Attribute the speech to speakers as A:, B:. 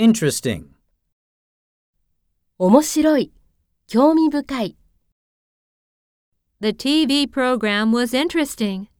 A: Interesting.
B: 面白い、興味深い。
C: The TV program was interesting.